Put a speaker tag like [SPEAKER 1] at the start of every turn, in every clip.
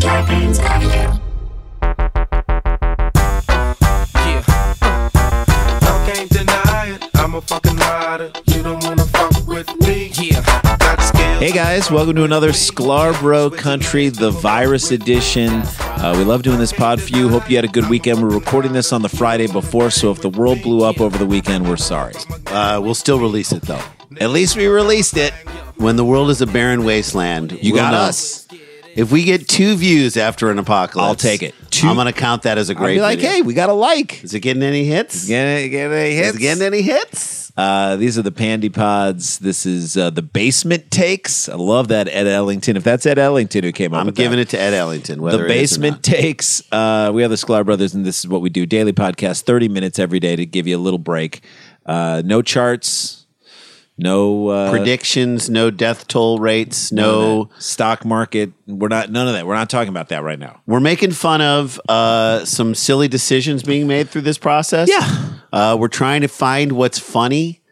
[SPEAKER 1] Scorpions Avenue.
[SPEAKER 2] Yeah. I can't deny it. I'm a fucking rider. You don't wanna fuck with me. Yeah. Got skills.
[SPEAKER 3] Hey guys, welcome to another Sklarbro Country, the virus edition. Uh, we love doing this pod for you. Hope you had a good weekend. We're recording this on the Friday before, so if the world blew up over the weekend, we're sorry.
[SPEAKER 4] Uh, we'll still release it though.
[SPEAKER 3] At least we released it.
[SPEAKER 4] When the world is a barren wasteland,
[SPEAKER 3] You
[SPEAKER 4] we'll
[SPEAKER 3] got
[SPEAKER 4] know.
[SPEAKER 3] us.
[SPEAKER 4] If we get two views after an apocalypse,
[SPEAKER 3] I'll take it. Two-
[SPEAKER 4] I'm going to count that as a
[SPEAKER 3] I'd
[SPEAKER 4] great.
[SPEAKER 3] be like,
[SPEAKER 4] video.
[SPEAKER 3] hey, we got a like.
[SPEAKER 4] is it getting any hits?
[SPEAKER 3] Get, get any
[SPEAKER 4] Is it getting any hits?
[SPEAKER 3] Uh, these are the Pandy Pods. This is uh, the Basement Takes. I love that Ed Ellington. If that's Ed Ellington who came up,
[SPEAKER 4] I'm
[SPEAKER 3] with
[SPEAKER 4] giving
[SPEAKER 3] that.
[SPEAKER 4] it to Ed Ellington.
[SPEAKER 3] The
[SPEAKER 4] whether it is or
[SPEAKER 3] basement
[SPEAKER 4] not.
[SPEAKER 3] takes. Uh, we are the Sklar Brothers, and this is what we do: daily podcast, thirty minutes every day to give you a little break. Uh, no charts, no uh,
[SPEAKER 4] predictions, no death toll rates, no.
[SPEAKER 3] stock market. We're not none of that. We're not talking about that right now.
[SPEAKER 4] We're making fun of uh, some silly decisions being made through this process.
[SPEAKER 3] Yeah.
[SPEAKER 4] Uh, we're trying to find what's funny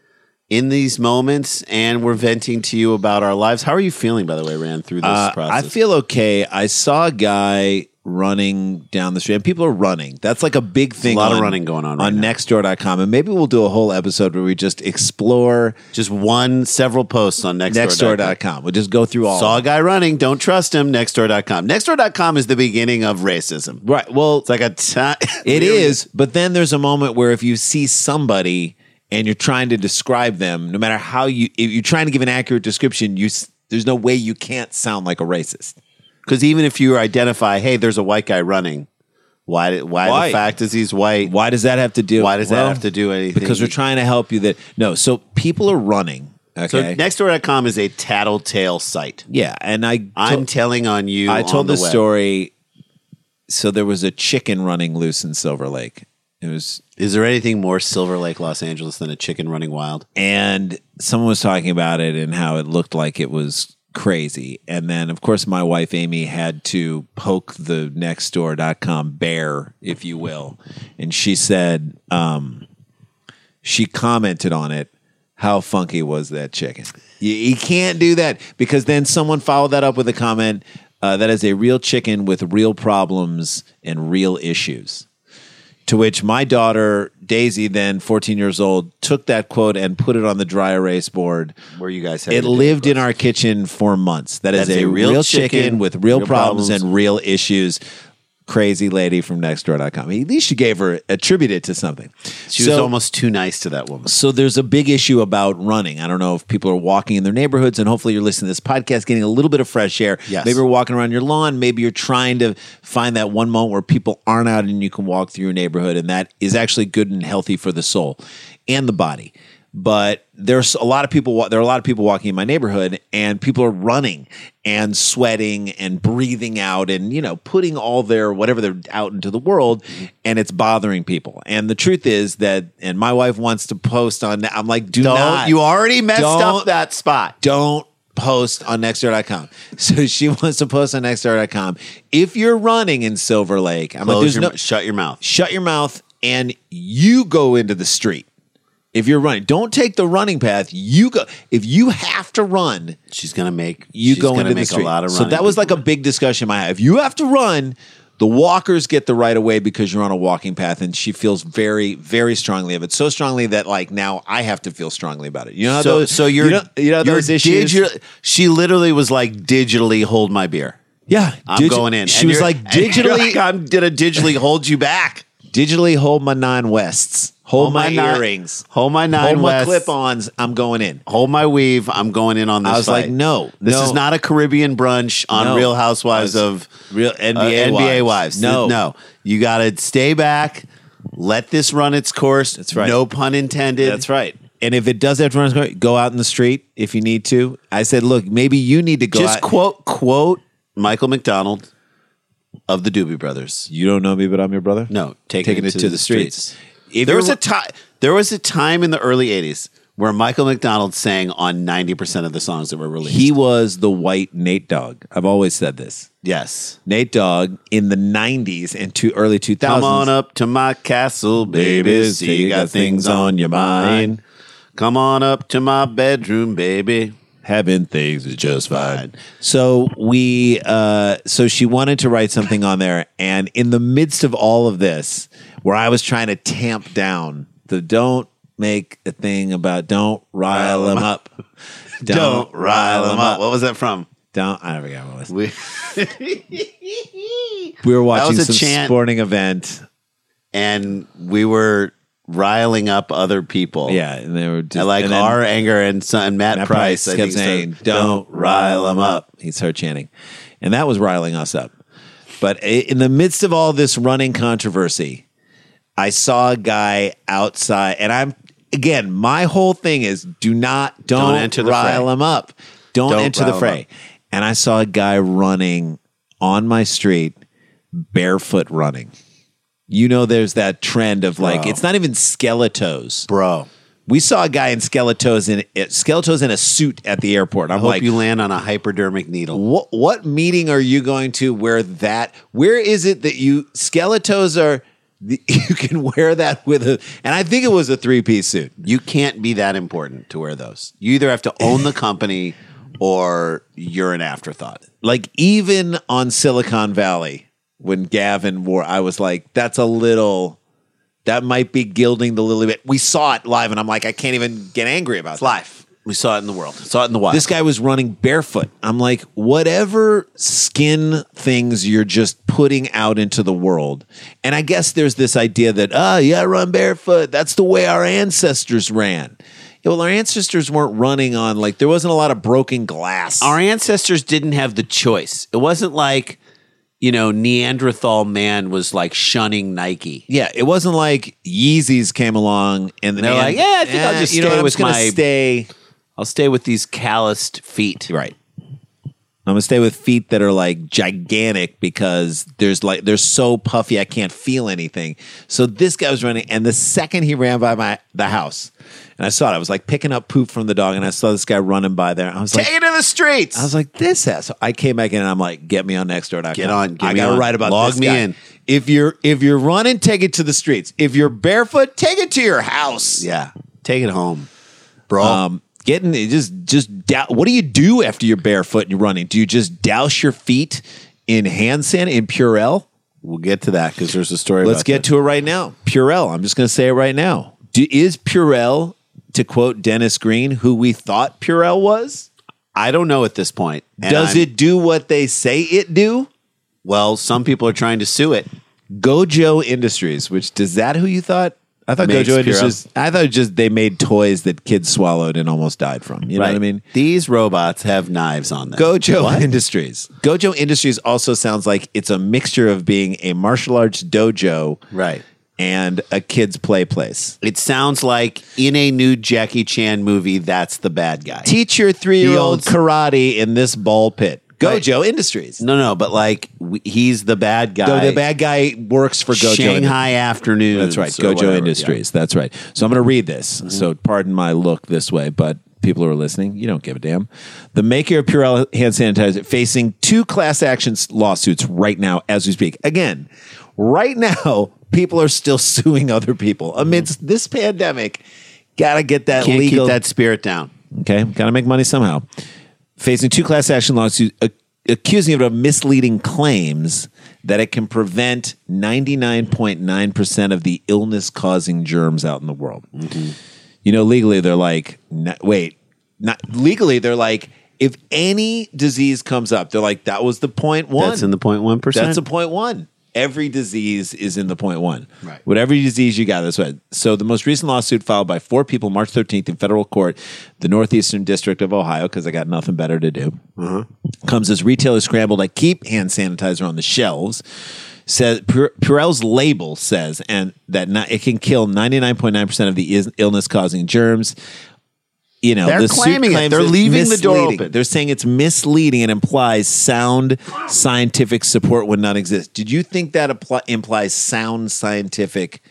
[SPEAKER 4] in these moments, and we're venting to you about our lives. How are you feeling, by the way, Rand, through this
[SPEAKER 3] Uh, I
[SPEAKER 4] process?
[SPEAKER 3] feel okay. I saw a guy running down the street, and people are running. That's like a big thing.
[SPEAKER 4] lot of
[SPEAKER 3] on-
[SPEAKER 4] running going on right
[SPEAKER 3] on
[SPEAKER 4] now.
[SPEAKER 3] Nextdoor.com, and maybe we'll do a whole episode where we just explore
[SPEAKER 4] Just one, several posts on Nextdoor.com.
[SPEAKER 3] Nextdoor.com. We'll just go through all.
[SPEAKER 4] Saw a guy running. Don't trust him. Nextdoor.com. Nextdoor.com is the beginning of racism.
[SPEAKER 3] right. Well,
[SPEAKER 4] It's like a time.
[SPEAKER 3] It is, but then there's a moment where if you see somebody and you're trying to describe them, no matter how you, if you're trying to give an accurate description, you s- there's no way you can't sound like a racist.
[SPEAKER 4] Because even if you identify, hey, there's a white guy running, why, did- why, why?
[SPEAKER 3] Why?
[SPEAKER 4] the fact is he's white? Why,
[SPEAKER 3] Why does that have to do?
[SPEAKER 4] does that have to do anything?
[SPEAKER 3] Because we're trying to help you. That no, so people are running.
[SPEAKER 4] So
[SPEAKER 3] Okay.
[SPEAKER 4] Nextdoor.com is a tattletale site.
[SPEAKER 3] yeah, and I
[SPEAKER 4] I'm telling on you.
[SPEAKER 3] I
[SPEAKER 4] on
[SPEAKER 3] told
[SPEAKER 4] the
[SPEAKER 3] this
[SPEAKER 4] web.
[SPEAKER 3] story. So there was a chicken running loose in Silver Lake. It was
[SPEAKER 4] Is there anything more Silver Lake, Los Angeles than a chicken running wild?
[SPEAKER 3] and someone was talking about it and how it looked like it was crazy and then of course my wife amy had to poke the nextdoor.com bear if you will and she said um, she commented on it how funky was that chicken you, you can't do that because then someone followed that up with a comment uh, that is a real chicken with real problems and real issues to which my daughter, Daisy, then 14 years old, took that quote and put it on the dry erase board.
[SPEAKER 4] Where you guys had
[SPEAKER 3] It
[SPEAKER 4] to do
[SPEAKER 3] lived in our kitchen for months. That is
[SPEAKER 4] That's
[SPEAKER 3] a, real, chicken, with real, problems,
[SPEAKER 4] problems.
[SPEAKER 3] and real issues. Crazy lady from nextdoor.com. At least you gave her, attribute it to something.
[SPEAKER 4] She was almost too nice to that woman.
[SPEAKER 3] So there's a big issue about running. I don't know if people are walking in their neighborhoods, and hopefully you're listening to this podcast, getting a little bit of fresh air.
[SPEAKER 4] Yes.
[SPEAKER 3] Maybe you're walking around your lawn. Maybe you're trying to find that one moment where people aren't out and you can walk through your neighborhood, and that is actually good and healthy for the soul and the body. But there's a lot of people. wa- There are a lot of people walking in my neighborhood, and people are running and sweating and breathing out, and you know, putting all their whatever they're out into the world, and it's bothering people. And the truth is that, and my wife wants to post on. I'm like, do
[SPEAKER 4] Don't,
[SPEAKER 3] not.
[SPEAKER 4] you already messed up
[SPEAKER 3] Don't-
[SPEAKER 4] that spot.
[SPEAKER 3] don't post on nextdoor.com. So she wants to post on nextdoor.com. If you're running in Silver Lake, I'm like,
[SPEAKER 4] Close
[SPEAKER 3] there's
[SPEAKER 4] your,
[SPEAKER 3] no
[SPEAKER 4] mou- shut your mouth.
[SPEAKER 3] shut your mouth and you go into the street. If you're running, don't take the running path. You go if you have to run,
[SPEAKER 4] She's gonna make
[SPEAKER 3] you
[SPEAKER 4] she's
[SPEAKER 3] go
[SPEAKER 4] gonna
[SPEAKER 3] into the
[SPEAKER 4] make
[SPEAKER 3] street.
[SPEAKER 4] a lot of
[SPEAKER 3] so
[SPEAKER 4] running.
[SPEAKER 3] that was like a big discussion I had. If you have to run, the walkers get the right of way because you're on a walking path, and she feels very, very strongly of it. So strongly that like now I have to feel strongly about it. You know, how
[SPEAKER 4] so
[SPEAKER 3] those,
[SPEAKER 4] so you're
[SPEAKER 3] you know, you know
[SPEAKER 4] you're
[SPEAKER 3] those issues.
[SPEAKER 4] digi- she literally was like digitally hold my beer.
[SPEAKER 3] yeah,
[SPEAKER 4] I'm
[SPEAKER 3] digi-
[SPEAKER 4] going in.
[SPEAKER 3] She
[SPEAKER 4] And
[SPEAKER 3] was
[SPEAKER 4] you're-
[SPEAKER 3] like
[SPEAKER 4] and you're
[SPEAKER 3] digitally,
[SPEAKER 4] like, I'm gonna digitally hold you back.
[SPEAKER 3] digitally hold my nine wests, hold, my,
[SPEAKER 4] nine-
[SPEAKER 3] earrings,
[SPEAKER 4] Hold my nine
[SPEAKER 3] hold my
[SPEAKER 4] West,
[SPEAKER 3] clip-ons. I'm going in.
[SPEAKER 4] Hold my weave. I'm going in on this.
[SPEAKER 3] I was like,
[SPEAKER 4] fight.
[SPEAKER 3] no,
[SPEAKER 4] This
[SPEAKER 3] no.
[SPEAKER 4] is not a Caribbean brunch on
[SPEAKER 3] No.
[SPEAKER 4] Real Housewives
[SPEAKER 3] I
[SPEAKER 4] of
[SPEAKER 3] was- Real
[SPEAKER 4] uh,
[SPEAKER 3] NBA
[SPEAKER 4] NBA
[SPEAKER 3] wives.
[SPEAKER 4] wives.
[SPEAKER 3] No.
[SPEAKER 4] no. You gotta stay back. Let this run its course. That's
[SPEAKER 3] right.
[SPEAKER 4] No pun intended.
[SPEAKER 3] That's right. And if it does have to run, its course, go out in the street if you need to. I said, look, maybe you need to go.
[SPEAKER 4] Just
[SPEAKER 3] out.
[SPEAKER 4] quote quote Michael McDonald of the Doobie Brothers.
[SPEAKER 3] You don't know me, but I'm your brother.
[SPEAKER 4] No, taking,
[SPEAKER 3] taking it, to, the streets. If
[SPEAKER 4] There
[SPEAKER 3] you're-
[SPEAKER 4] was a time. There was a time in the early '80s where Michael McDonald sang on 90 percent of the songs that were released.
[SPEAKER 3] he was the white Nate Dogg. I've always said this.
[SPEAKER 4] yes.
[SPEAKER 3] Nate Dogg in the '90s and two early 2000s.
[SPEAKER 4] Come on up to my castle, baby.
[SPEAKER 3] babies,
[SPEAKER 4] See you got things on your mind. Come on up to my bedroom, baby.
[SPEAKER 3] having things is just fine. So we, uh, so she wanted to write something on there, and in the midst of all of this, where I was trying to tamp down the don't make a thing about don't rile them up,
[SPEAKER 4] Don't rile them up. What was that from?
[SPEAKER 3] don't I forgot what it was.
[SPEAKER 4] We,
[SPEAKER 3] We were watching
[SPEAKER 4] was a
[SPEAKER 3] some
[SPEAKER 4] chant.
[SPEAKER 3] sporting event.
[SPEAKER 4] and we were riling up other people.
[SPEAKER 3] Yeah, and they were
[SPEAKER 4] And
[SPEAKER 3] just,
[SPEAKER 4] like
[SPEAKER 3] and then
[SPEAKER 4] our anger and son Matt,
[SPEAKER 3] Matt
[SPEAKER 4] Price,
[SPEAKER 3] Price,
[SPEAKER 4] I think
[SPEAKER 3] kept saying,
[SPEAKER 4] said,
[SPEAKER 3] "Don't rile them up." He started chanting, and that was riling us up. But i- in the midst of all this running controversy, I saw a guy outside, and I'm again. My whole thing is do not don't,
[SPEAKER 4] enter the
[SPEAKER 3] rile
[SPEAKER 4] fray.
[SPEAKER 3] them up. Don't,
[SPEAKER 4] Don't
[SPEAKER 3] enter the
[SPEAKER 4] rile 'em
[SPEAKER 3] fray. And I saw a guy running on my street, barefoot running. You know, there's that trend of like
[SPEAKER 4] Bro.
[SPEAKER 3] it's not even skeletos.
[SPEAKER 4] "Bro,
[SPEAKER 3] We saw a guy in skeletos in skeletos in a suit at the airport. I'm
[SPEAKER 4] hope
[SPEAKER 3] like,
[SPEAKER 4] you land on a hypodermic needle."
[SPEAKER 3] what what meeting are you going to where that? Where is it that you skeletos are? the- You can wear that with a, and I think it was a three piece suit.
[SPEAKER 4] You can't be that important to wear those. You either have to own the company or you're an afterthought.
[SPEAKER 3] Like even on Silicon Valley, when Gavin wore, I was like, that's a little. That might be gilding the lily bit. We saw it live, and I'm like, I can't even get angry about
[SPEAKER 4] It's
[SPEAKER 3] that.
[SPEAKER 4] life. We saw it in the world. Saw it in the wild.
[SPEAKER 3] This guy was running barefoot. I'm like, whatever skin things you're just putting out into the world. And I guess there's this idea that, oh, yeah, run barefoot. That's the way our ancestors ran. Yeah, well, our ancestors weren't running on, like, there wasn't a lot of broken glass.
[SPEAKER 4] our ancestors didn't have the choice. It wasn't like, you know, Neanderthal man was like shunning Nike.
[SPEAKER 3] yeah, it wasn't like Yeezys came along and eh,
[SPEAKER 4] They're like, yeah, I think I'll just
[SPEAKER 3] you know,
[SPEAKER 4] stay
[SPEAKER 3] what, I'm
[SPEAKER 4] with
[SPEAKER 3] just gonna
[SPEAKER 4] my-
[SPEAKER 3] stay.
[SPEAKER 4] I'll stay with these calloused feet.
[SPEAKER 3] Right. I'm gonna stay with feet that are like gigantic because there's like they're so puffy I can't feel anything. So this guy was running, and the second he ran by my the house, and I saw it, I was like picking up poop from the dog, and I saw this guy running by there. I was like,
[SPEAKER 4] Take it to the streets.
[SPEAKER 3] I was like, this ass. I came back in, and I'm like, get me on Nextdoor.com.
[SPEAKER 4] Get on, get
[SPEAKER 3] I
[SPEAKER 4] me
[SPEAKER 3] gotta
[SPEAKER 4] on.
[SPEAKER 3] write about
[SPEAKER 4] Log
[SPEAKER 3] this
[SPEAKER 4] me
[SPEAKER 3] guy.
[SPEAKER 4] in.
[SPEAKER 3] If you're if you're running, take it to the streets. If you're barefoot, take it to your house.
[SPEAKER 4] yeah, take it home, bro.
[SPEAKER 3] Um, getting it just just dou- what do you do after you're barefoot and you're running? Do you just douse your feet in hand sand in Purell?
[SPEAKER 4] we'll get to that because there's a story.
[SPEAKER 3] Let's get to it right now. Purell. I'm just going to say it right now. Do, is Purell to quote Dennis Green, who we thought Purell was?
[SPEAKER 4] I don't know at this point. And
[SPEAKER 3] does
[SPEAKER 4] I'm-
[SPEAKER 3] it do what they say it do?
[SPEAKER 4] Well, some people are trying to sue it.
[SPEAKER 3] Gojo Industries, which is that who you thought? I thought
[SPEAKER 4] Makes
[SPEAKER 3] Gojo
[SPEAKER 4] Purell.
[SPEAKER 3] Industries. I thought just they made toys that kids swallowed and almost died from. You know what I mean?
[SPEAKER 4] These robots have knives on them.
[SPEAKER 3] Gojo Industries. Gojo Industries also sounds like it's a mixture of being a martial arts dojo
[SPEAKER 4] Right.
[SPEAKER 3] and a kids play place.
[SPEAKER 4] It sounds like in a new Jackie Chan movie, that's the bad guy.
[SPEAKER 3] Teach your three-year-old
[SPEAKER 4] He owns-
[SPEAKER 3] karate in this ball pit. Gojo Industries.
[SPEAKER 4] no, no, but like w- he's the bad guy.
[SPEAKER 3] Though the bad guy works for Gojo. Industries.
[SPEAKER 4] Shanghai afternoon.
[SPEAKER 3] That's right. Gojo Industries. That's right. So I'm going to read this.
[SPEAKER 4] Mm-hmm.
[SPEAKER 3] So pardon my look this way, but people who are listening, you don't give a damn. The maker of Purell hand sanitizer facing two class action lawsuits right now as we speak. Again, right now, people are still suing other people amidst this pandemic. Got to get that
[SPEAKER 4] Mm-hmm. Can't
[SPEAKER 3] legal
[SPEAKER 4] keep that spirit down.
[SPEAKER 3] Okay, got to make money somehow. Facing two class action lawsuits ac- accusing it of misleading claims that it can prevent 99.9% of the illness causing germs out in the world. You know, legally, they're like, "No- wait, not, legally, they're like, if any disease comes up, they're like, that was the point one.
[SPEAKER 4] That's in the point one percent.
[SPEAKER 3] That's a point one. Every disease is in the point one.
[SPEAKER 4] Right.
[SPEAKER 3] Whatever disease you got, that's what. So the most recent lawsuit filed by four people March 13th in federal court, the Northeastern District of Ohio, because I got nothing better to do,
[SPEAKER 4] Uh-huh.
[SPEAKER 3] comes as retailers scramble to keep hand sanitizer on the shelves. Says Pur- Purell's label says and that not, it can kill 99.9% of the is, illness-causing germs. You know,
[SPEAKER 4] They're
[SPEAKER 3] the suit
[SPEAKER 4] claiming it.
[SPEAKER 3] claims
[SPEAKER 4] They're
[SPEAKER 3] it's
[SPEAKER 4] leaving the door
[SPEAKER 3] misleading.
[SPEAKER 4] open.
[SPEAKER 3] They're saying it's misleading and implies sound scientific support would not exist. Did you think that apply, implies sound scientific?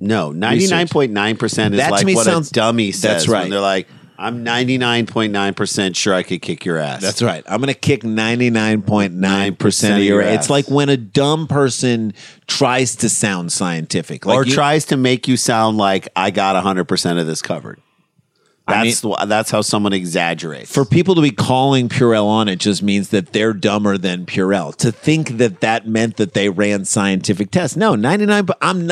[SPEAKER 4] no, ninety nine point nine percent is
[SPEAKER 3] That to
[SPEAKER 4] like
[SPEAKER 3] me
[SPEAKER 4] what
[SPEAKER 3] sounds-
[SPEAKER 4] a dummy says.
[SPEAKER 3] That's
[SPEAKER 4] when
[SPEAKER 3] right.
[SPEAKER 4] they're like, I'm ninety nine point nine percent sure I could kick your ass.
[SPEAKER 3] That's right. I'm going to kick 99.9% of
[SPEAKER 4] of your
[SPEAKER 3] your It's
[SPEAKER 4] ass.
[SPEAKER 3] like when a dumb person tries to sound scientific. Like
[SPEAKER 4] or
[SPEAKER 3] you-
[SPEAKER 4] tries to make you sound like I got hundred percent of this covered.
[SPEAKER 3] I mean-
[SPEAKER 4] That's the- that's how someone exaggerates.
[SPEAKER 3] for people to be calling Purell on it just means that they're dumber than Purell. To think that that meant that they ran scientific tests. No, 99 I'm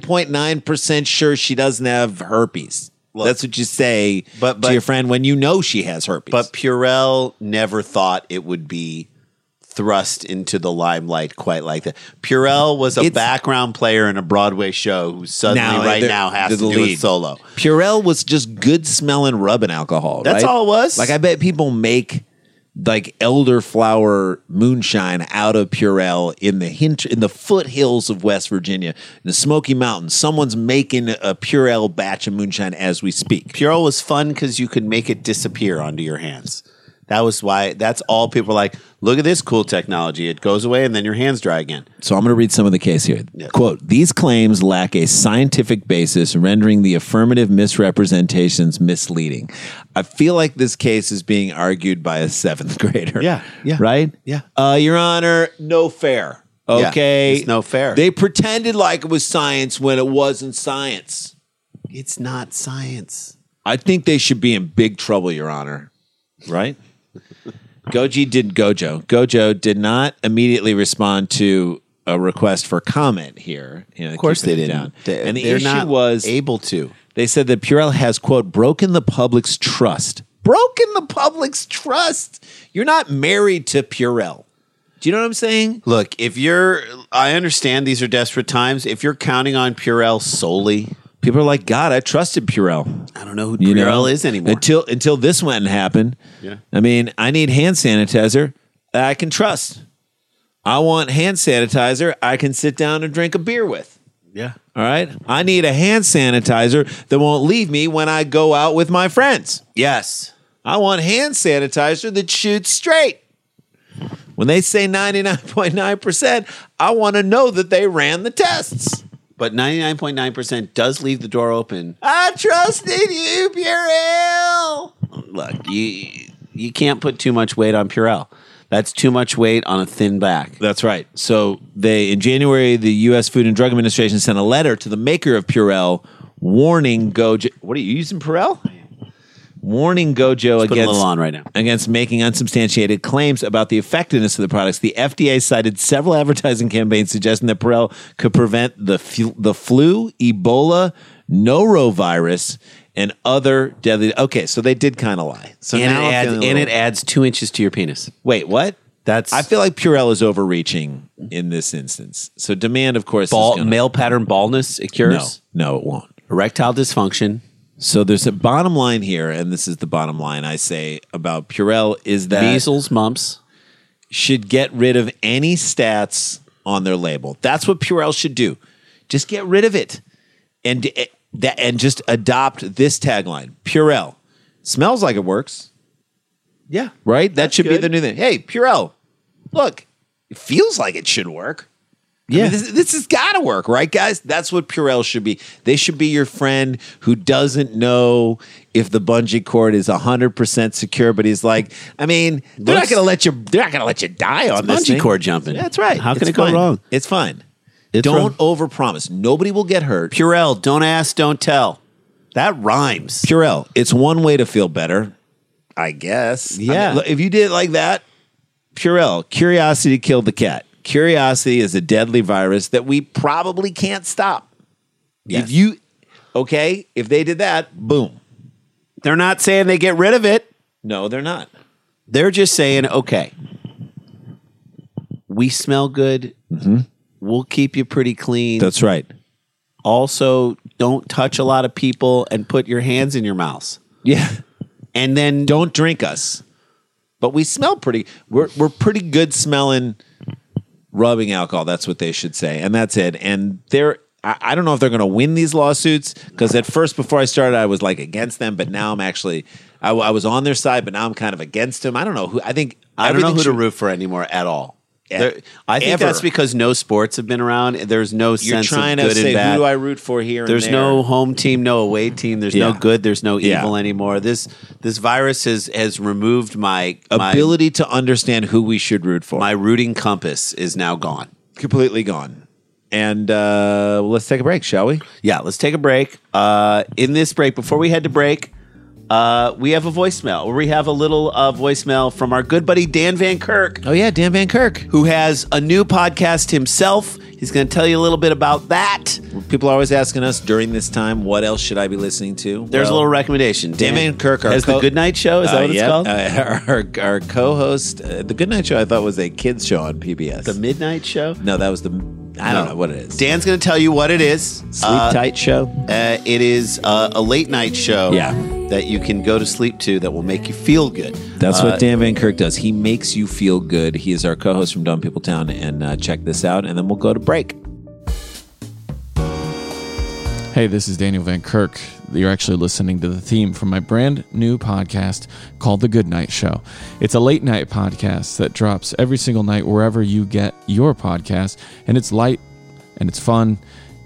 [SPEAKER 3] 99.9% sure she doesn't have herpes.
[SPEAKER 4] Look.
[SPEAKER 3] That's what you say
[SPEAKER 4] But- but-
[SPEAKER 3] to your friend when you know she has herpes.
[SPEAKER 4] but Purell never thought it would be thrust into the limelight quite like that. Purell was a
[SPEAKER 3] It's-
[SPEAKER 4] background player in a Broadway show who suddenly
[SPEAKER 3] Now,
[SPEAKER 4] right
[SPEAKER 3] they're-
[SPEAKER 4] now has
[SPEAKER 3] they're
[SPEAKER 4] to
[SPEAKER 3] the
[SPEAKER 4] do a
[SPEAKER 3] lead.
[SPEAKER 4] solo.
[SPEAKER 3] Purell was just good smelling rubbing alcohol.
[SPEAKER 4] That's
[SPEAKER 3] right?
[SPEAKER 4] all it was.
[SPEAKER 3] Like I bet people make like elderflower moonshine out of Purell in the hint- in the foothills of West Virginia, in the Smoky Mountains. Someone's making a Purell batch of moonshine as we speak.
[SPEAKER 4] Purell was fun because you could make it disappear onto your hands. That was why. That's all people were like. Look at this cool technology. It goes away and then your hands dry again.
[SPEAKER 3] So I'm going to read some of the case here. Quote, these claims lack a scientific basis, rendering the affirmative misrepresentations misleading. I feel like this case is being argued by a seventh grader.
[SPEAKER 4] Yeah, yeah.
[SPEAKER 3] Right?
[SPEAKER 4] Yeah.
[SPEAKER 3] Uh, Your Honor, no fair.
[SPEAKER 4] Yeah,
[SPEAKER 3] Okay.
[SPEAKER 4] it's no fair.
[SPEAKER 3] They pretended like it was science when it wasn't science.
[SPEAKER 4] It's not science.
[SPEAKER 3] I think they should be in big trouble, Your Honor. Right? Goji did Gojo. Gojo did not immediately respond to a request for comment here. You know,
[SPEAKER 4] Of course, they
[SPEAKER 3] keeping it
[SPEAKER 4] didn't.
[SPEAKER 3] down.
[SPEAKER 4] They-
[SPEAKER 3] and the
[SPEAKER 4] they're
[SPEAKER 3] issue
[SPEAKER 4] not
[SPEAKER 3] was
[SPEAKER 4] able to.
[SPEAKER 3] they said that Purell has, quote, broken the public's trust. Broken the public's trust. You're not married to Purell. Do you know what I'm saying?
[SPEAKER 4] Look, if you're, I understand these are desperate times. If you're counting on Purell solely,
[SPEAKER 3] People are like, God, I trusted Purell.
[SPEAKER 4] I don't know who
[SPEAKER 3] you
[SPEAKER 4] Purell
[SPEAKER 3] know,
[SPEAKER 4] is anymore.
[SPEAKER 3] Until until this went and happened.
[SPEAKER 4] Yeah.
[SPEAKER 3] I mean, I need hand sanitizer that I can trust. I want hand sanitizer I can sit down and drink a beer with.
[SPEAKER 4] yeah.
[SPEAKER 3] All right. I need a hand sanitizer that won't leave me when I go out with my friends.
[SPEAKER 4] Yes.
[SPEAKER 3] I want hand sanitizer that shoots straight. When they say 99.9%, I want to know that they ran the tests.
[SPEAKER 4] But 99.9% does leave the door open.
[SPEAKER 3] I trusted you, Purell.
[SPEAKER 4] Look, you you can't put too much weight on Purell. That's too much weight on a thin back.
[SPEAKER 3] That's right. So they in January, the U.S. Food and Drug Administration sent a letter to the maker of Purell, warning Gojo. What are you using Purell? Warning Gojo
[SPEAKER 4] Put a
[SPEAKER 3] against
[SPEAKER 4] little on right now.
[SPEAKER 3] against making unsubstantiated claims about the effectiveness of the products. The FDA cited several advertising campaigns suggesting that Perel could prevent the fu- the flu, Ebola, norovirus, and other deadly. Okay, so they did kind of lie. So
[SPEAKER 4] and it,
[SPEAKER 3] now I'm
[SPEAKER 4] adds,
[SPEAKER 3] feeling a
[SPEAKER 4] and it
[SPEAKER 3] little-
[SPEAKER 4] adds two inches to your penis.
[SPEAKER 3] wait, what?
[SPEAKER 4] That's
[SPEAKER 3] I feel like Purell is overreaching in this instance. So demand, of course,
[SPEAKER 4] ball,
[SPEAKER 3] is gonna-
[SPEAKER 4] male pattern baldness. It
[SPEAKER 3] No,
[SPEAKER 4] cures
[SPEAKER 3] no, it won't.
[SPEAKER 4] erectile dysfunction.
[SPEAKER 3] So there's a bottom line here, and this is the bottom line I say about Purell is that
[SPEAKER 4] measles, mumps.
[SPEAKER 3] should get rid of any stats on their label. That's what Purell should do. Just get rid of it, and eh, that and just adopt this tagline: Purell smells like it works.
[SPEAKER 4] Yeah,
[SPEAKER 3] Right? That should be
[SPEAKER 4] good.
[SPEAKER 3] the new thing. Hey, Purell, look, it feels like it should work. I mean,
[SPEAKER 4] Yeah.
[SPEAKER 3] this, this has got to work, right, guys? That's what Purell should be. They should be your friend who doesn't know if the bungee cord is hundred percent secure, but he's like, I mean, they're
[SPEAKER 4] Looks-
[SPEAKER 3] not going to let you. They're not going to let you die on this
[SPEAKER 4] bungee
[SPEAKER 3] thing.
[SPEAKER 4] cord jumping.
[SPEAKER 3] That's right.
[SPEAKER 4] How can
[SPEAKER 3] It's
[SPEAKER 4] it go
[SPEAKER 3] fine.
[SPEAKER 4] wrong?
[SPEAKER 3] It's fine.
[SPEAKER 4] It's
[SPEAKER 3] don't overpromise. Nobody will get hurt.
[SPEAKER 4] Purell. Don't ask, don't tell. That rhymes.
[SPEAKER 3] Purell. It's one way to feel better, I guess.
[SPEAKER 4] Yeah.
[SPEAKER 3] I mean, look, if you did it like that, Purell. Curiosity killed the cat. Curiosity is a deadly virus that we probably can't stop.
[SPEAKER 4] Yes.
[SPEAKER 3] If you okay, if they did that, boom.
[SPEAKER 4] They're not saying they get rid of it.
[SPEAKER 3] No, they're not.
[SPEAKER 4] They're just saying, okay, we smell good.
[SPEAKER 3] Mm-hmm.
[SPEAKER 4] We'll keep you pretty clean.
[SPEAKER 3] That's right.
[SPEAKER 4] also, don't touch a lot of people and put your hands in your mouths.
[SPEAKER 3] Yeah.
[SPEAKER 4] And then
[SPEAKER 3] Don't drink us. But we smell pretty we're we're pretty good smelling rubbing alcohol. That's what they should say. And that's it. And they're I, I don't know if they're gonna win these lawsuits because at first before I started I was like against them, but now I'm actually I, I was on their side, but now I'm kind of against them. I don't know who I think
[SPEAKER 4] I don't know who
[SPEAKER 3] everything
[SPEAKER 4] to
[SPEAKER 3] should-
[SPEAKER 4] root for anymore at all.
[SPEAKER 3] Yeah.
[SPEAKER 4] There- I think
[SPEAKER 3] Ever.
[SPEAKER 4] that's because no sports have been around. There's no
[SPEAKER 3] You're
[SPEAKER 4] sense
[SPEAKER 3] trying
[SPEAKER 4] of
[SPEAKER 3] to
[SPEAKER 4] good
[SPEAKER 3] say
[SPEAKER 4] and bad.
[SPEAKER 3] who do I root for here.
[SPEAKER 4] there's
[SPEAKER 3] and there.
[SPEAKER 4] no home team, no away team. There's no
[SPEAKER 3] Yeah.
[SPEAKER 4] good. There's no
[SPEAKER 3] Yeah.
[SPEAKER 4] evil anymore. This this virus has has removed my my
[SPEAKER 3] ability to understand who we should root for.
[SPEAKER 4] my rooting compass is now gone.
[SPEAKER 3] completely gone. And uh, let's take a break, shall we?
[SPEAKER 4] Yeah, let's take a break. Uh, in this break, before we head to break, uh, we have a voicemail. We have a little uh, voicemail from our good buddy Dan Van Kirk,
[SPEAKER 3] Oh yeah, Dan Van Kirk.
[SPEAKER 4] who has a new podcast himself. He's going to tell you a little bit about that.
[SPEAKER 3] People are always asking us during this time, what else should I be listening to?
[SPEAKER 4] There's a
[SPEAKER 3] Well,
[SPEAKER 4] little recommendation.
[SPEAKER 3] Dan Van Kirk, our
[SPEAKER 4] has the
[SPEAKER 3] co-
[SPEAKER 4] Good Night Show. Is that
[SPEAKER 3] uh,
[SPEAKER 4] what it's
[SPEAKER 3] yep.
[SPEAKER 4] called?
[SPEAKER 3] Uh, our, our co-host, uh, the Good Night Show, I thought was a kids show on PBS.
[SPEAKER 4] the Midnight Show.
[SPEAKER 3] no, that was the. I don't
[SPEAKER 4] No.
[SPEAKER 3] know what it is.
[SPEAKER 4] Dan's going to tell you what it is.
[SPEAKER 3] Sleep
[SPEAKER 4] Uh,
[SPEAKER 3] Tight Show.
[SPEAKER 4] Uh, it is uh, a late night show
[SPEAKER 3] Yeah.
[SPEAKER 4] that you can go to sleep to that will make you feel good.
[SPEAKER 3] That's
[SPEAKER 4] Uh,
[SPEAKER 3] what Dan Van Kirk does. He makes you feel good. He is our co-host from Dumb People Town, and uh, check this out. And then we'll go to break.
[SPEAKER 1] Hey, this is Daniel Van Kirk. You're actually listening to the theme from my brand new podcast called The Good Night Show. It's a late night podcast that drops every single night wherever you get your podcast, and it's light and it's fun.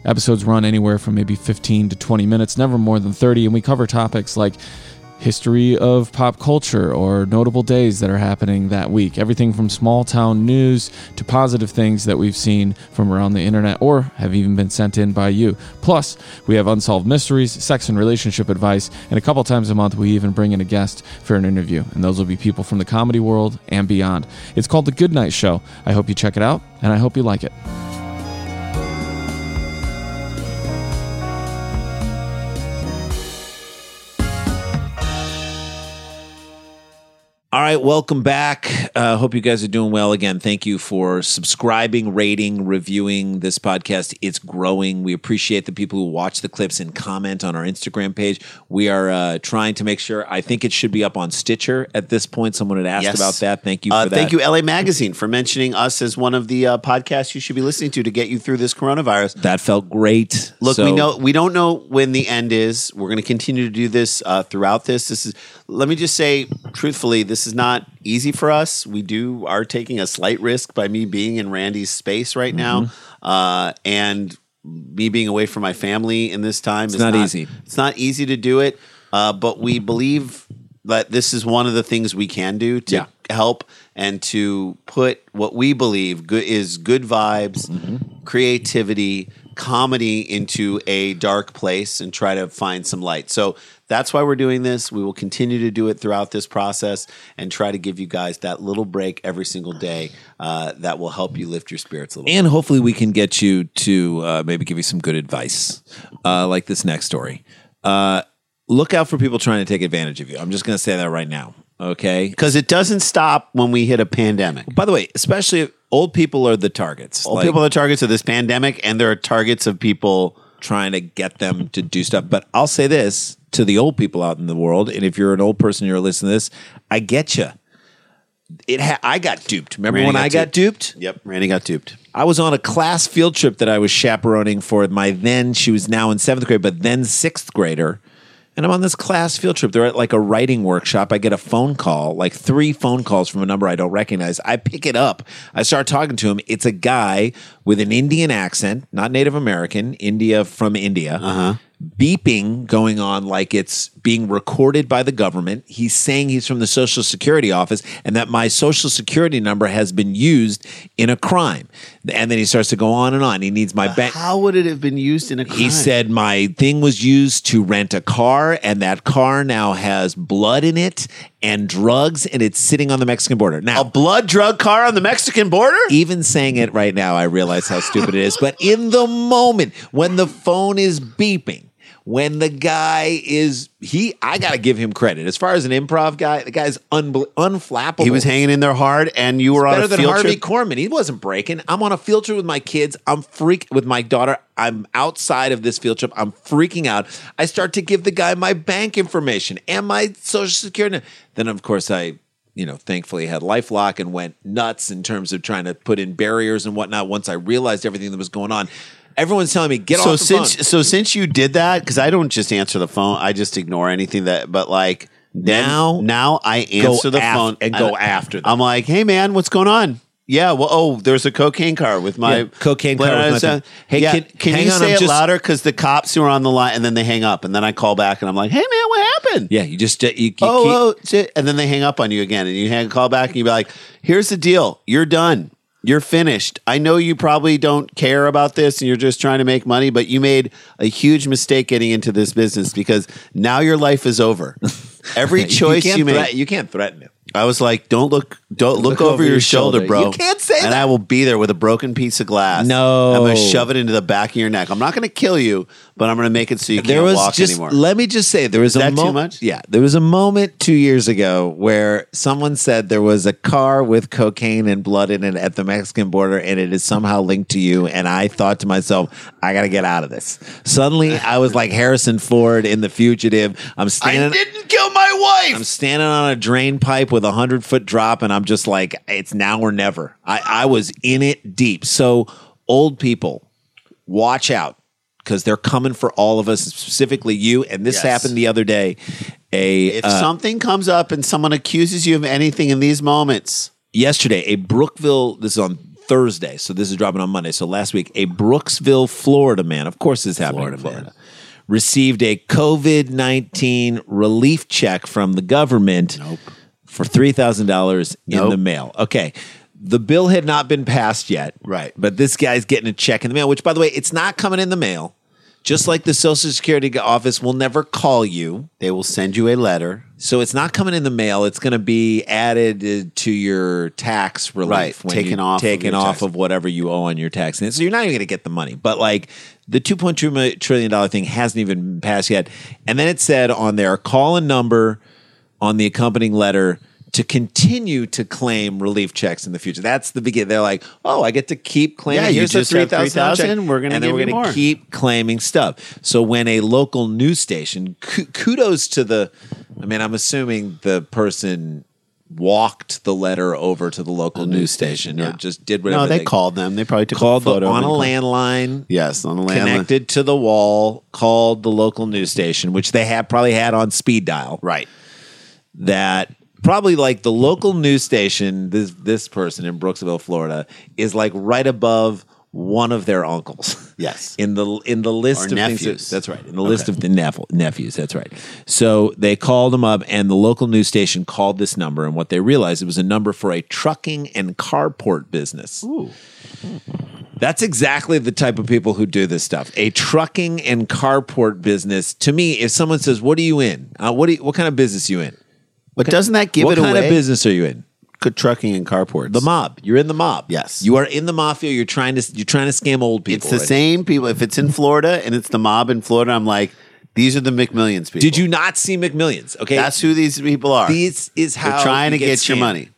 [SPEAKER 1] Episodes run anywhere from maybe 15 to 20 minutes, never more than 30, and we cover topics like history of pop culture or notable days that are happening that week. Everything from small town news to positive things that we've seen from around the internet or have even been sent in by you. Plus, we have unsolved mysteries, sex and relationship advice, and a couple times a month we even bring in a guest for an interview, and those will be people from the comedy world and beyond. It's called The Good Night Show. I hope you check it out and I hope you like it.
[SPEAKER 3] All right, welcome back. Uh, hope you guys are doing well. Again, thank you for subscribing, rating, reviewing this podcast. It's growing. We appreciate the people who watch the clips and comment on our Instagram page. We are uh, trying to make sure. I think it should be up on Stitcher at this point. Someone had asked
[SPEAKER 4] Yes.
[SPEAKER 3] about that. Thank you. For
[SPEAKER 4] Uh,
[SPEAKER 3] that.
[SPEAKER 4] Thank you, LA Magazine, for mentioning us as one of the uh, podcasts you should be listening to to get you through this coronavirus.
[SPEAKER 3] That felt great.
[SPEAKER 4] Look,
[SPEAKER 3] So-
[SPEAKER 4] we know we don't know when the end is. We're going to continue to do this uh, throughout this. This is. Let me just say truthfully, this is not easy for us. We do are taking a slight risk by me being in Randy's space right now,
[SPEAKER 3] Mm-hmm.
[SPEAKER 4] uh, and me being away from my family in this time. is
[SPEAKER 3] not easy.
[SPEAKER 4] It's not easy to do it, uh, but we believe that this is one of the things we can do to
[SPEAKER 3] Yeah.
[SPEAKER 4] help and to put what we believe good is good vibes, Mm-hmm. creativity, comedy into a dark place and try to find some light. So that's why we're doing this. We will continue to do it throughout this process and try to give you guys that little break every single day uh, that will help you lift your spirits a little.
[SPEAKER 3] and hopefully we can get you to uh, maybe give you some good advice, uh, like this next story. Uh, look out for people trying to take advantage of you. I'm just going to say that right now. Okay.
[SPEAKER 4] because it doesn't stop when we hit a pandemic.
[SPEAKER 3] By the way, especially if old people are the targets.
[SPEAKER 4] Old
[SPEAKER 3] like,
[SPEAKER 4] people are targets of this pandemic, and there are targets of people.
[SPEAKER 3] trying to get them to do stuff. But I'll say this to the old people out in the world, and if you're an old person, you're listening to this. I get you. It ha- I got duped. Remember
[SPEAKER 4] Randy
[SPEAKER 3] when
[SPEAKER 4] got
[SPEAKER 3] I got duped?
[SPEAKER 4] Yep, Randy got duped.
[SPEAKER 3] I was on a class field trip that I was chaperoning for my then, she was now in seventh grade, but then sixth grader. And I'm on this class field trip. They're at like a writing workshop. I get a phone call, like three phone calls from a number I don't recognize. I pick it up. I start talking to him. It's a guy with an Indian accent, not Native American, India from India. Uh-huh. Beeping going on like it's being recorded by the government. He's saying he's from the Social Security office and that my Social Security number has been used in a crime. And then he starts to go on and on. He needs my bank.
[SPEAKER 4] How would it have been used in a crime?
[SPEAKER 3] He said my thing was used to rent a car, and that car now has blood in it and drugs, and it's sitting on the Mexican border. Now,
[SPEAKER 4] a blood drug car on the Mexican border.
[SPEAKER 3] even saying it right now, I realize how stupid it is. But in the moment when the phone is beeping, when the guy is he, I gotta give him credit. As far as an improv guy, the guy's unbel- unflappable.
[SPEAKER 4] He was hanging in there hard, and you were on
[SPEAKER 3] better
[SPEAKER 4] a
[SPEAKER 3] than
[SPEAKER 4] field
[SPEAKER 3] Harvey
[SPEAKER 4] trip.
[SPEAKER 3] Korman. He wasn't breaking. I'm on a field trip with my kids. I'm freak with my daughter. I'm outside of this field trip. I'm freaking out. I start to give the guy my bank information and my social security. nu- Then of course I, you know, thankfully had LifeLock and went nuts in terms of trying to put in barriers and whatnot. Once I realized everything that was going on, everyone's telling me get
[SPEAKER 4] So
[SPEAKER 3] off the
[SPEAKER 4] since
[SPEAKER 3] phone.
[SPEAKER 4] so since you did that, because I don't just answer the phone, I just ignore anything that. But like then-
[SPEAKER 3] Now-
[SPEAKER 4] now I
[SPEAKER 3] Go
[SPEAKER 4] answer the
[SPEAKER 3] af-
[SPEAKER 4] phone
[SPEAKER 3] and go after them.
[SPEAKER 4] I'm like, hey man, what's going on? Yeah, well, oh, there's a cocaine car with my
[SPEAKER 3] Yeah, cocaine
[SPEAKER 4] But
[SPEAKER 3] car with
[SPEAKER 4] I
[SPEAKER 3] my
[SPEAKER 4] was, uh,
[SPEAKER 3] thing. Hey,
[SPEAKER 4] yeah,
[SPEAKER 3] can-
[SPEAKER 4] can
[SPEAKER 3] hang
[SPEAKER 4] you
[SPEAKER 3] on,
[SPEAKER 4] say
[SPEAKER 3] I'm
[SPEAKER 4] it
[SPEAKER 3] just-
[SPEAKER 4] louder? Because the cops who are on the line, and then they hang up, and then I call back, and I'm like, hey man, what happened?
[SPEAKER 3] yeah, you just uh, you, you keep-
[SPEAKER 4] oh, oh, shit. and then they hang up on you again, and you hang call back, and you be like, "Here's the deal. You're done. You're finished. I know you probably don't care about this, and you're just trying to make money, but you made a huge mistake getting into this business because now your life is over." Every choice you,
[SPEAKER 3] can't
[SPEAKER 4] make,
[SPEAKER 3] threat- you can't threaten him.
[SPEAKER 4] I was like, "Don't look, don't look, over, your shoulder, bro."
[SPEAKER 3] You can't say
[SPEAKER 4] and
[SPEAKER 3] that.
[SPEAKER 4] I will be there with a broken piece of glass.
[SPEAKER 3] No.
[SPEAKER 4] I'm gonna shove it into the back of your neck. I'm not gonna kill you, but I'm gonna make it so you
[SPEAKER 3] there
[SPEAKER 4] can't
[SPEAKER 3] was
[SPEAKER 4] walk
[SPEAKER 3] just
[SPEAKER 4] anymore.
[SPEAKER 3] let me just say there was a
[SPEAKER 4] that too
[SPEAKER 3] moment
[SPEAKER 4] much?
[SPEAKER 3] yeah there was a moment two years ago where someone said there was a car with cocaine and blood in it at the mexican border and it is somehow linked to you and i thought to myself i gotta get out of this suddenly i was like harrison ford in the fugitive i'm
[SPEAKER 4] I
[SPEAKER 3] standing
[SPEAKER 4] didn't kill my
[SPEAKER 3] I'm
[SPEAKER 4] wife.
[SPEAKER 3] standing on a drain pipe with a hundred foot drop, and I'm just like, it's now or never. I, I was in it deep. So, old people, watch out because they're coming for all of us, specifically you. And this
[SPEAKER 4] Yes.
[SPEAKER 3] happened the other day. A
[SPEAKER 4] If
[SPEAKER 3] uh,
[SPEAKER 4] something comes up and someone accuses you of anything in these moments,
[SPEAKER 3] yesterday, a Brookville. This is on Thursday, so this is dropping on Monday. So last week, a Brooksville, Florida man. Of course, this happened in Florida. Received a COVID nineteen relief check from the government for three thousand dollars in
[SPEAKER 4] Nope.
[SPEAKER 3] the mail. Okay. The bill had not been passed yet.
[SPEAKER 4] Right.
[SPEAKER 3] But this guy's getting a check in the mail, which, by the way, it's not coming in the mail. Just like the Social Security office will never call you.
[SPEAKER 4] they will send you a letter.
[SPEAKER 3] So it's not coming in the mail. It's going to be added uh, to your tax relief,
[SPEAKER 4] Right, taken
[SPEAKER 3] you-
[SPEAKER 4] off of
[SPEAKER 3] taken
[SPEAKER 4] your
[SPEAKER 3] off
[SPEAKER 4] tax.
[SPEAKER 3] of whatever you owe on your tax. And so you're not even going to get the money. But like the 2.2 mi- trillion dollar thing hasn't even been passed yet. And then it said on there, call a number on the accompanying letter to continue to claim relief checks in the future. That's the beginning. They're like, oh, I get to keep claiming.
[SPEAKER 4] Yeah, you
[SPEAKER 3] Here's
[SPEAKER 4] just
[SPEAKER 3] the three
[SPEAKER 4] have
[SPEAKER 3] thousand.
[SPEAKER 4] $3,000, we're gonna
[SPEAKER 3] and then
[SPEAKER 4] give
[SPEAKER 3] we're
[SPEAKER 4] you
[SPEAKER 3] gonna
[SPEAKER 4] more.
[SPEAKER 3] keep claiming stuff. So when a local news station, ku- kudos to the, I mean, I'm assuming the person walked the letter over to the local news station or
[SPEAKER 4] yeah.
[SPEAKER 3] just did whatever.
[SPEAKER 4] no, they, called them. They probably took
[SPEAKER 3] called
[SPEAKER 4] a
[SPEAKER 3] the-
[SPEAKER 4] photo
[SPEAKER 3] on
[SPEAKER 4] and
[SPEAKER 3] a
[SPEAKER 4] called-
[SPEAKER 3] landline
[SPEAKER 4] Yes, on the landline.
[SPEAKER 3] connected to the wall, called the local news station, which they had probably had on speed dial.
[SPEAKER 4] Right.
[SPEAKER 3] That probably like the local news station, this this person in Brooksville, Florida, is like right above one of their uncles.
[SPEAKER 4] Yes.
[SPEAKER 3] In the in the list
[SPEAKER 4] Or
[SPEAKER 3] of things that-
[SPEAKER 4] nephews.
[SPEAKER 3] that's right. In the list of the nephew, nephews, that's right. So they called them up and the local news station called this number and what they realized it was a number for a trucking and carport business.
[SPEAKER 4] Hmm.
[SPEAKER 3] That's exactly the type of people who do this stuff. A trucking and carport business. To me, if someone says, "What are you in? Uh, what do you, what kind of business you in?
[SPEAKER 4] But doesn't that give
[SPEAKER 3] what
[SPEAKER 4] it
[SPEAKER 3] kind
[SPEAKER 4] away?
[SPEAKER 3] of business are you in?
[SPEAKER 4] Good trucking and carports.
[SPEAKER 3] The mob. You're in the mob.
[SPEAKER 4] Yes.
[SPEAKER 3] you are in the mafia. You're trying to you're trying to scam old people.
[SPEAKER 4] It's the
[SPEAKER 3] right?
[SPEAKER 4] same people. If it's in Florida and it's the mob in Florida, I'm like, these are the McMillions people.
[SPEAKER 3] Did you not see McMillions? Okay,
[SPEAKER 4] That's who these people are.
[SPEAKER 3] this is how
[SPEAKER 4] They're trying
[SPEAKER 3] you
[SPEAKER 4] to get, your
[SPEAKER 3] scammed.
[SPEAKER 4] money.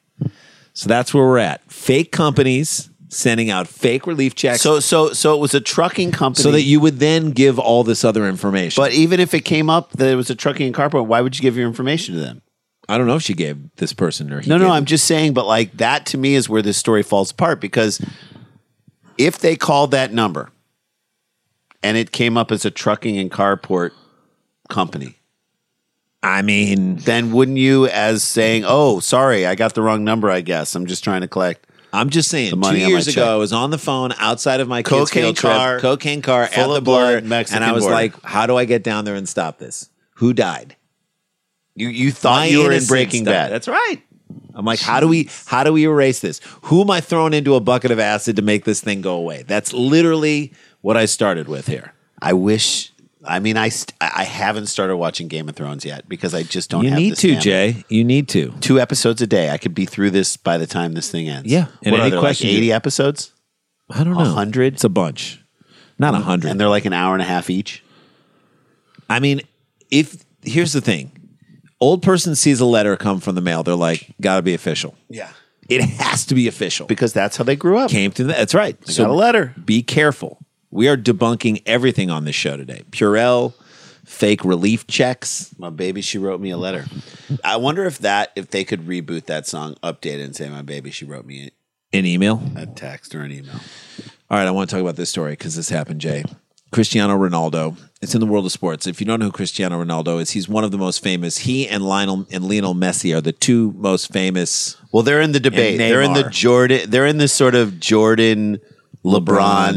[SPEAKER 3] So that's where we're at. Fake companies sending out fake relief checks so,
[SPEAKER 4] So, so, so it was a trucking company.
[SPEAKER 3] that you would then give all this other information.
[SPEAKER 4] But even if it came up that it was a trucking and carport, why would you give your information to them?
[SPEAKER 3] I don't know if she gave this person or he
[SPEAKER 4] No, no,
[SPEAKER 3] gave
[SPEAKER 4] I'm just saying. But like that to me is where this story falls apart because if they called that number and it came up as a trucking and carport company,
[SPEAKER 3] I mean,
[SPEAKER 4] then wouldn't you as saying, "Oh, sorry, I got the wrong number. I guess I'm just trying to collect."
[SPEAKER 3] I'm just saying.
[SPEAKER 4] money
[SPEAKER 3] two
[SPEAKER 4] on my
[SPEAKER 3] years ago,
[SPEAKER 4] check.
[SPEAKER 3] I was on the phone outside of my kids'
[SPEAKER 4] Cocaine
[SPEAKER 3] field trip,
[SPEAKER 4] car,
[SPEAKER 3] cocaine car at
[SPEAKER 4] full
[SPEAKER 3] the
[SPEAKER 4] of blood,
[SPEAKER 3] border,
[SPEAKER 4] Mexican
[SPEAKER 3] and I was
[SPEAKER 4] border.
[SPEAKER 3] like, "How do I get down there and stop this? Who died?
[SPEAKER 4] You you thought
[SPEAKER 3] My
[SPEAKER 4] you were in
[SPEAKER 3] innocence
[SPEAKER 4] Breaking
[SPEAKER 3] died."
[SPEAKER 4] Bad.
[SPEAKER 3] That's right. I'm like, how do we how do we erase this? Who am I throwing into a bucket of acid to make this thing go away? That's literally what I started with here.
[SPEAKER 4] I wish. I mean, I st- I I haven't started watching Game of Thrones yet because I just don't.
[SPEAKER 3] You
[SPEAKER 4] have
[SPEAKER 3] need
[SPEAKER 4] the
[SPEAKER 3] to,
[SPEAKER 4] stamina.
[SPEAKER 3] Jay. You need to.
[SPEAKER 4] Two episodes a day. I could be through this by the time this thing ends.
[SPEAKER 3] Yeah.
[SPEAKER 4] And
[SPEAKER 3] And
[SPEAKER 4] what
[SPEAKER 3] any
[SPEAKER 4] are there,
[SPEAKER 3] question
[SPEAKER 4] like
[SPEAKER 3] you-
[SPEAKER 4] eighty episodes,
[SPEAKER 3] I don't know.
[SPEAKER 4] A hundred?
[SPEAKER 3] It's a bunch. Not a hundred.
[SPEAKER 4] and they're like an hour and a half each.
[SPEAKER 3] I mean, if here's the thing. Old person sees a letter come from the mail, they're like, gotta be official.
[SPEAKER 4] Yeah.
[SPEAKER 3] It has to be official.
[SPEAKER 4] Because that's how they grew up.
[SPEAKER 3] Came to the, that's right. so
[SPEAKER 4] got a letter.
[SPEAKER 3] Be careful. We are debunking everything on this show today. Purell, fake relief checks.
[SPEAKER 4] My baby, she wrote me a letter. I wonder if that if they could reboot that song, update it, and say, "My baby, she wrote me
[SPEAKER 3] An email.
[SPEAKER 4] a text or an email."
[SPEAKER 3] All right, I want to talk about this story because this happened, Jay. Cristiano Ronaldo. It's in the world of sports. If you don't know who Cristiano Ronaldo is, he's one of the most famous. He and Lionel and Lionel Messi are the two most famous.
[SPEAKER 4] Well, they're in the debate.
[SPEAKER 3] And
[SPEAKER 4] They're in the
[SPEAKER 3] Neymar.
[SPEAKER 4] Jordan. They're in this sort of Jordan LeBron,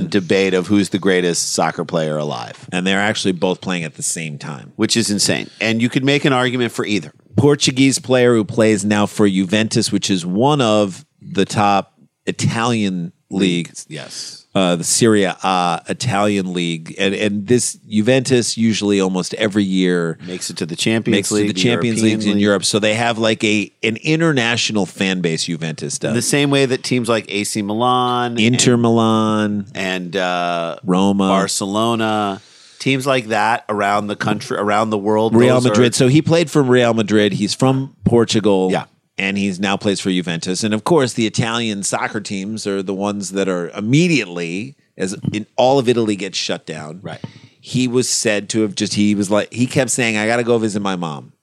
[SPEAKER 3] LeBron.
[SPEAKER 4] debate of who's the greatest soccer player alive,
[SPEAKER 3] And they're actually both playing at the same time.
[SPEAKER 4] which is insane. And you could make an argument for either.
[SPEAKER 3] Portuguese player who plays now for Juventus, which is one of the top Italian league.
[SPEAKER 4] Yes.
[SPEAKER 3] uh, the Serie A Italian league, and and this Juventus usually almost every year
[SPEAKER 4] Makes it to the Champions
[SPEAKER 3] makes it to
[SPEAKER 4] League.
[SPEAKER 3] the Champions
[SPEAKER 4] European
[SPEAKER 3] Leagues in Europe, so they have like a an international fan base. Juventus
[SPEAKER 4] In the
[SPEAKER 3] does
[SPEAKER 4] same way that teams like AC Milan,
[SPEAKER 3] Inter Milan,
[SPEAKER 4] and, and uh,
[SPEAKER 3] Roma,
[SPEAKER 4] Barcelona, teams like that around the country, around the world.
[SPEAKER 3] Real
[SPEAKER 4] those are-
[SPEAKER 3] Madrid. so he played for Real Madrid. He's from Portugal.
[SPEAKER 4] Yeah.
[SPEAKER 3] And he's now plays for Juventus. And of course, the Italian soccer teams are the ones that are immediately, as in all of Italy gets shut down.
[SPEAKER 4] Right.
[SPEAKER 3] He was said to have just, he was like, he kept saying, I got to go visit my mom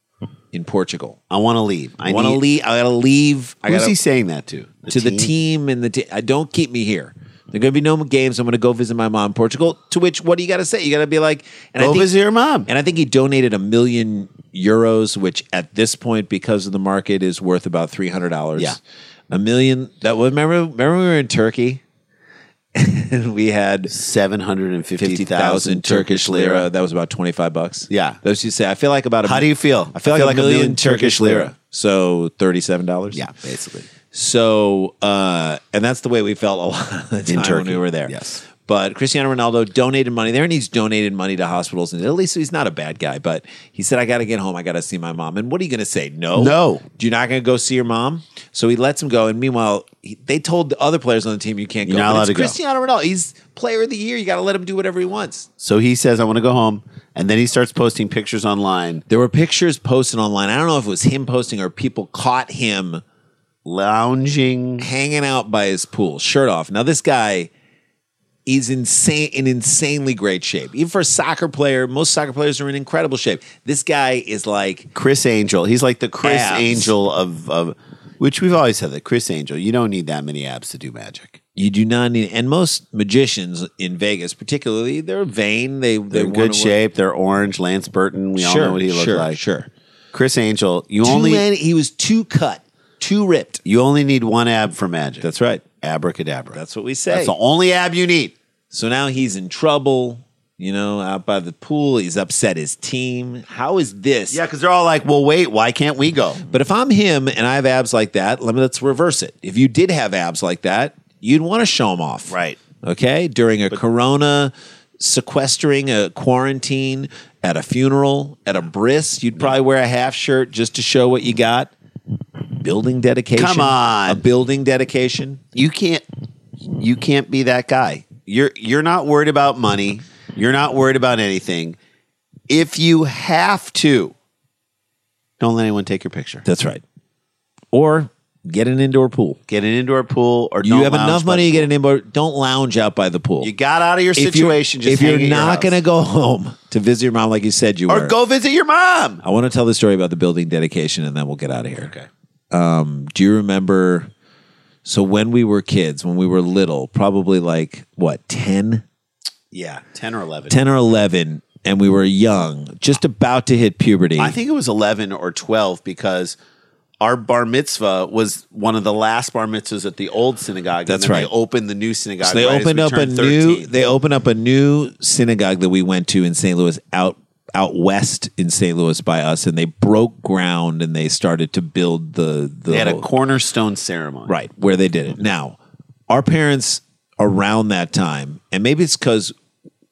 [SPEAKER 3] in Portugal.
[SPEAKER 4] I want to leave. I
[SPEAKER 3] I want to
[SPEAKER 4] need-
[SPEAKER 3] leave. I got to leave. I
[SPEAKER 4] Who's
[SPEAKER 3] gotta,
[SPEAKER 4] he saying that to?
[SPEAKER 3] to the team and the t- I don't keep me here. There are going to be no games. I'm going to go visit my mom in Portugal. To which, what do you got to say? You got to be like, and I
[SPEAKER 4] Go
[SPEAKER 3] think-
[SPEAKER 4] visit your mom.
[SPEAKER 3] And I think he donated a million euros, which at this point, because of the market, is worth about three hundred dollars.
[SPEAKER 4] Yeah.
[SPEAKER 3] a million. That remember, remember we were in Turkey, and we had
[SPEAKER 4] Seven hundred and
[SPEAKER 3] fifty
[SPEAKER 4] fifty
[SPEAKER 3] thousand
[SPEAKER 4] thousand
[SPEAKER 3] Turkish lira. That was about twenty five bucks.
[SPEAKER 4] Yeah.
[SPEAKER 3] those you say. I feel like about. A,
[SPEAKER 4] How do you feel?
[SPEAKER 3] I feel, like, a million, Turkish lira. So thirty seven dollars.
[SPEAKER 4] Yeah, basically.
[SPEAKER 3] So, uh, and that's the way we felt a lot of the time when
[SPEAKER 4] Turkey,
[SPEAKER 3] we were there.
[SPEAKER 4] yes.
[SPEAKER 3] But Cristiano Ronaldo donated money there, and he's donated money to hospitals in Italy, so he's not a bad guy. But he said, "I got to get home. I got to see my mom." And what are you going to say? No,
[SPEAKER 4] No.
[SPEAKER 3] You're not going to go see your mom. So he lets him go. And meanwhile, he, they told the other players on the team, "You can't
[SPEAKER 4] You're
[SPEAKER 3] go."
[SPEAKER 4] not
[SPEAKER 3] But
[SPEAKER 4] allowed
[SPEAKER 3] it's
[SPEAKER 4] to go.
[SPEAKER 3] Cristiano Ronaldo. He's Player of the Year. You got to let him do whatever he wants.
[SPEAKER 4] So he says, "I want to go home," and then he starts posting pictures online,
[SPEAKER 3] There were pictures posted online. I don't know if it was him posting or people caught him
[SPEAKER 4] lounging.
[SPEAKER 3] Mm. hanging out by his pool, shirt off. Now this guy is insane in insanely great shape. Even for a soccer player, most soccer players are in incredible shape. This guy is like
[SPEAKER 4] Chris Angel. He's like the Chris
[SPEAKER 3] Abs.
[SPEAKER 4] Angel of of which we've always said that Chris Angel. You don't need that many abs to do magic.
[SPEAKER 3] you do not need and most magicians in Vegas, particularly, they're vain. They
[SPEAKER 4] They're
[SPEAKER 3] they're
[SPEAKER 4] in good shape. They're orange. Lance Burton. We all
[SPEAKER 3] Sure,
[SPEAKER 4] know what he looked
[SPEAKER 3] sure,
[SPEAKER 4] like.
[SPEAKER 3] sure.
[SPEAKER 4] Chris Angel. You
[SPEAKER 3] Only
[SPEAKER 4] only
[SPEAKER 3] he was too cut, too ripped.
[SPEAKER 4] you only need one ab for magic.
[SPEAKER 3] That's right.
[SPEAKER 4] Abracadabra.
[SPEAKER 3] That's what we say.
[SPEAKER 4] That's the only ab you need.
[SPEAKER 3] So now he's in trouble, you know, out by the pool. He's upset his team. How is this?
[SPEAKER 4] Yeah, because they're all like, "Well, wait, why can't we go?"
[SPEAKER 3] But if I'm him and I have abs like that, let me let's reverse it. If you did have abs like that, you'd want to show them off,
[SPEAKER 4] Right.
[SPEAKER 3] Okay, during a corona sequestering, a quarantine, at a funeral, at a bris, you'd probably wear a half shirt just to show what you got. Building dedication.
[SPEAKER 4] Come on.
[SPEAKER 3] a building dedication.
[SPEAKER 4] You can't. You can't be that guy. You're you're not worried about money. You're not worried about anything. If you have to, don't let anyone take your picture.
[SPEAKER 3] That's right. Or get an indoor pool.
[SPEAKER 4] Get an indoor pool, or
[SPEAKER 3] You
[SPEAKER 4] don't
[SPEAKER 3] have
[SPEAKER 4] lounge
[SPEAKER 3] enough
[SPEAKER 4] by-
[SPEAKER 3] money to get an indoor. Don't lounge out by the pool.
[SPEAKER 4] You got out of your
[SPEAKER 3] If you're-
[SPEAKER 4] situation. just
[SPEAKER 3] if you're
[SPEAKER 4] hang at your
[SPEAKER 3] not
[SPEAKER 4] house.
[SPEAKER 3] going to go home to visit your mom like you said you were,
[SPEAKER 4] or go visit your mom.
[SPEAKER 3] I want to tell the story about the building dedication and then we'll get out of here. Okay. Um, do you remember? So, when we were kids, when we were little, probably like what, 10,
[SPEAKER 4] Yeah, ten or eleven.
[SPEAKER 3] 10 or 11, and we were young, just about to hit puberty.
[SPEAKER 4] I think it was 11 or 12 because our bar mitzvah was one of the last bar mitzvahs at the old synagogue.
[SPEAKER 3] That's
[SPEAKER 4] and then
[SPEAKER 3] right.
[SPEAKER 4] They opened the new synagogue.
[SPEAKER 3] So they
[SPEAKER 4] right as
[SPEAKER 3] opened
[SPEAKER 4] we
[SPEAKER 3] up a
[SPEAKER 4] turned
[SPEAKER 3] new
[SPEAKER 4] 13.
[SPEAKER 3] they opened up a new synagogue that we went to in St. Louis out out west in St. Louis by us and they broke ground and they started to build the the
[SPEAKER 4] They had a Mm-hmm.
[SPEAKER 3] whole-
[SPEAKER 4] cornerstone ceremony.
[SPEAKER 3] Oh. Right, where they did it. Now, our parents around that time, and maybe it's because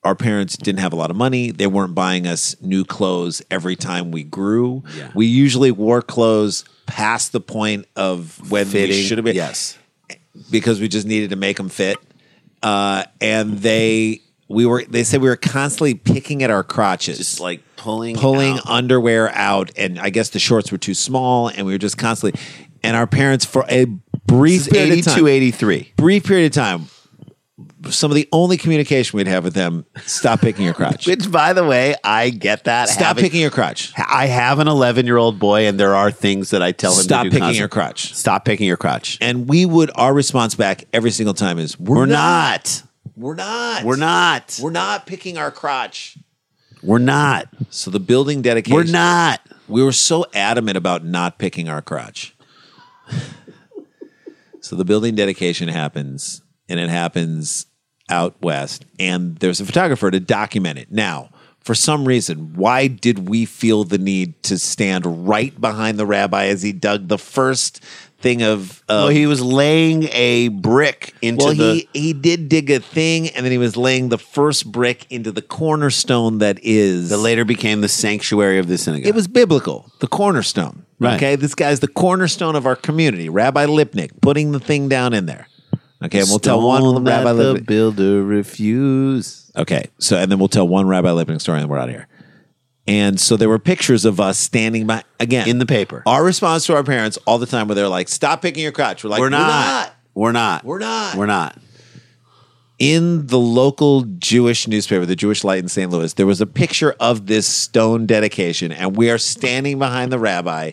[SPEAKER 3] our parents didn't have a lot of money. They weren't buying us new clothes every time we grew.
[SPEAKER 4] Yeah.
[SPEAKER 3] We usually wore clothes past the point of when they
[SPEAKER 4] Fitting.
[SPEAKER 3] should have been
[SPEAKER 4] Yes.
[SPEAKER 3] because we just needed to make them fit. Uh, and they we were they said we were constantly picking at our crotches,
[SPEAKER 4] Just like pulling.
[SPEAKER 3] pulling
[SPEAKER 4] out.
[SPEAKER 3] underwear out, and I guess the shorts were too small, and we were just constantly. And our parents for a
[SPEAKER 4] This
[SPEAKER 3] brief
[SPEAKER 4] is
[SPEAKER 3] period of
[SPEAKER 4] 82,
[SPEAKER 3] time,
[SPEAKER 4] 83.
[SPEAKER 3] brief period of time, some of the only communication we'd have with them: stop picking your crotch,
[SPEAKER 4] Which, by the way, I get that.
[SPEAKER 3] stop
[SPEAKER 4] having-
[SPEAKER 3] picking your crotch,
[SPEAKER 4] I have an 11 year old boy, and there are things that I tell him to
[SPEAKER 3] stop
[SPEAKER 4] do
[SPEAKER 3] picking
[SPEAKER 4] constantly.
[SPEAKER 3] your crotch.
[SPEAKER 4] Stop picking your crotch.
[SPEAKER 3] And we would our response back every single time is we're,
[SPEAKER 4] We're
[SPEAKER 3] not,
[SPEAKER 4] not.
[SPEAKER 3] we're not,
[SPEAKER 4] We're not.
[SPEAKER 3] we're not picking our crotch.
[SPEAKER 4] We're not.
[SPEAKER 3] So the building dedication.
[SPEAKER 4] We're not.
[SPEAKER 3] We were so adamant about not picking our crotch. so the building dedication happens, and it happens out west, and there's a photographer to document it. Now, for some reason, why did we feel the need to stand right behind the rabbi as he dug the first thing of? of
[SPEAKER 4] Well, he was laying a brick into
[SPEAKER 3] well,
[SPEAKER 4] the.
[SPEAKER 3] he he did dig a thing, and then he was laying the first brick into the cornerstone that is
[SPEAKER 4] that later became the sanctuary of the synagogue.
[SPEAKER 3] It was biblical, the cornerstone.
[SPEAKER 4] Right.
[SPEAKER 3] Okay, this guy's the cornerstone of our community, Rabbi Lipnick, putting the thing down in there. Okay, and we'll tell one Rabbi Lipnick.
[SPEAKER 4] builder refuse.
[SPEAKER 3] Okay, so and then we'll tell one Rabbi Lipnick story, and we're out of here. And so there were pictures of us standing by again
[SPEAKER 4] In the paper.
[SPEAKER 3] Our response to our parents all the time, where they're like, "Stop picking your crotch." We're like,
[SPEAKER 4] we're, not, we're not.
[SPEAKER 3] We're not.
[SPEAKER 4] We're not.
[SPEAKER 3] in the local Jewish newspaper, the Jewish Light in St. Louis, there was a picture of this stone dedication, and we are standing behind the rabbi,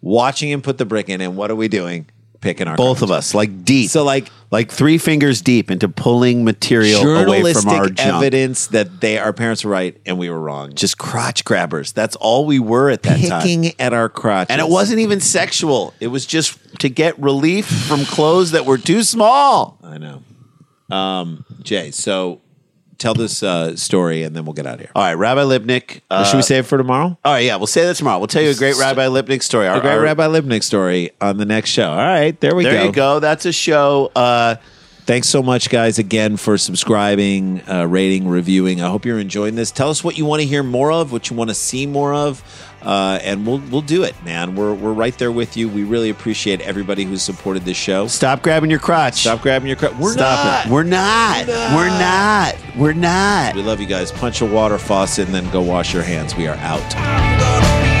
[SPEAKER 3] watching him put the brick in. And what are we doing? Picking our
[SPEAKER 4] Both of
[SPEAKER 3] cards.
[SPEAKER 4] us, like deep.
[SPEAKER 3] So like
[SPEAKER 4] like three fingers deep into pulling material away from our
[SPEAKER 3] journalistic
[SPEAKER 4] junk.
[SPEAKER 3] evidence that they our parents were right and we were wrong.
[SPEAKER 4] Just crotch grabbers. That's all we were at that time.
[SPEAKER 3] picking at our crotch,
[SPEAKER 4] And it wasn't even sexual. It was just to get relief from clothes that were too small.
[SPEAKER 3] I know. Um, Jay, so tell this uh, story and then we'll get out of here.
[SPEAKER 4] All right, Rabbi Lipnick. Uh,
[SPEAKER 3] Or should we save it for tomorrow?
[SPEAKER 4] All right, yeah, we'll say that tomorrow. We'll tell you a great Rabbi Lipnick story. Our,
[SPEAKER 3] A great
[SPEAKER 4] our-
[SPEAKER 3] Rabbi Lipnick story on the next show. All right, there we
[SPEAKER 4] There
[SPEAKER 3] go.
[SPEAKER 4] you go. That's a show. Uh,
[SPEAKER 3] Thanks so much, guys, again for subscribing, uh, rating, reviewing. I hope you're enjoying this. Tell us what you want to hear more of, what you want to see more of, uh, and we'll we'll do it, man. We're we're right there with you. We really appreciate everybody who's supported this show.
[SPEAKER 4] stop grabbing your crotch.
[SPEAKER 3] Stop grabbing your crap. We're
[SPEAKER 4] Stop
[SPEAKER 3] not.
[SPEAKER 4] it. We're not. We're not. We're not.
[SPEAKER 3] We love you guys. Punch a water faucet and then go wash your hands. We are out.